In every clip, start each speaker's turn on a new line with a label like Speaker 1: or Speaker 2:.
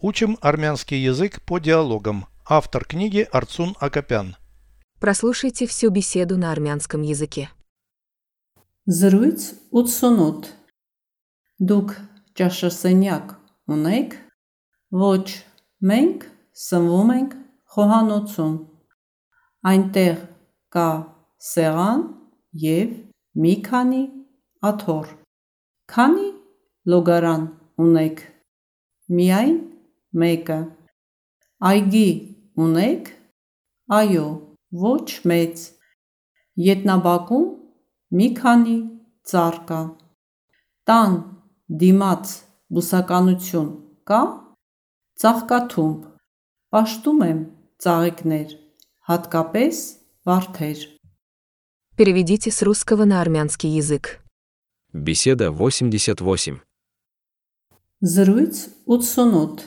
Speaker 1: Учим армянский язык по диалогам. Автор книги Арцун Акопян.
Speaker 2: Прослушайте всю беседу на армянском языке.
Speaker 3: Զրույց 88 Դուք ճաշասենյակ ունե՞ք։ Ոչ, մենք սնվում ենք խոհանոցում։ Այնտեղ կա սեղան եւ մի քանի աթոռ։ Քանի լոգարան ունեք։ Միայն մեկը։ Այգի ունեք։ Այո, ոչ մեծ։ Ետնաբակում մի քանի ծառ կա։ Տան դիմաց բուսականություն կա։ Ծաղկաթումբ։ Պաշտում եմ ծաղիկներ, հատկապես վարդեր։
Speaker 2: Переведите с русского на армянский язык.
Speaker 4: Беседа 88.
Speaker 3: Զրույց 88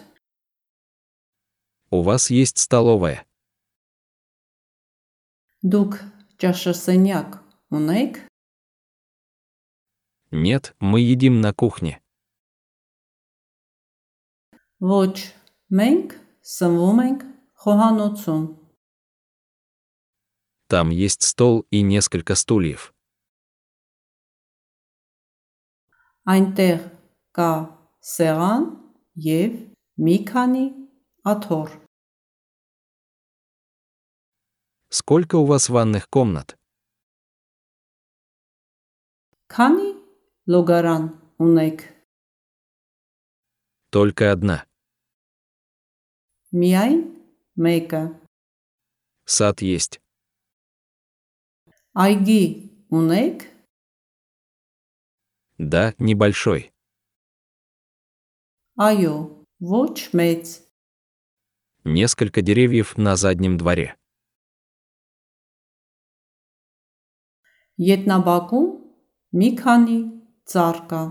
Speaker 4: У вас есть столовая.
Speaker 3: Դուք ճաշասենյակ ունե՞ք։
Speaker 4: Нет, мы едим на кухне.
Speaker 3: Ոչ, մենք սնվում ենք խոհանոցում։
Speaker 4: Там есть стол и несколько стульев.
Speaker 3: Այնտեղ կա սեղան եւ մի քանի աթոռ։
Speaker 4: Сколько у вас ванных комнат?
Speaker 3: Քանի լոգարան ունեք։
Speaker 4: Только одна.
Speaker 3: Միայն մեկը։
Speaker 4: Сад есть.
Speaker 3: Այգի ունեք։
Speaker 4: Да, небольшой.
Speaker 3: Այո, ոչ մեծ։
Speaker 4: Несколько деревьев на заднем дворе.
Speaker 3: Ետնաբակում մի քանի ծառ կա։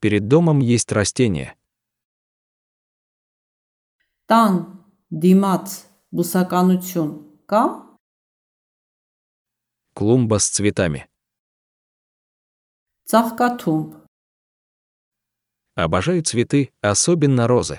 Speaker 4: Перед домом есть растения.
Speaker 3: Տան դիմաց բուսականություն կա։
Speaker 4: Клумба с цветами.
Speaker 3: Ծաղկաթումբ։
Speaker 4: Обожаю цветы, особенно розы.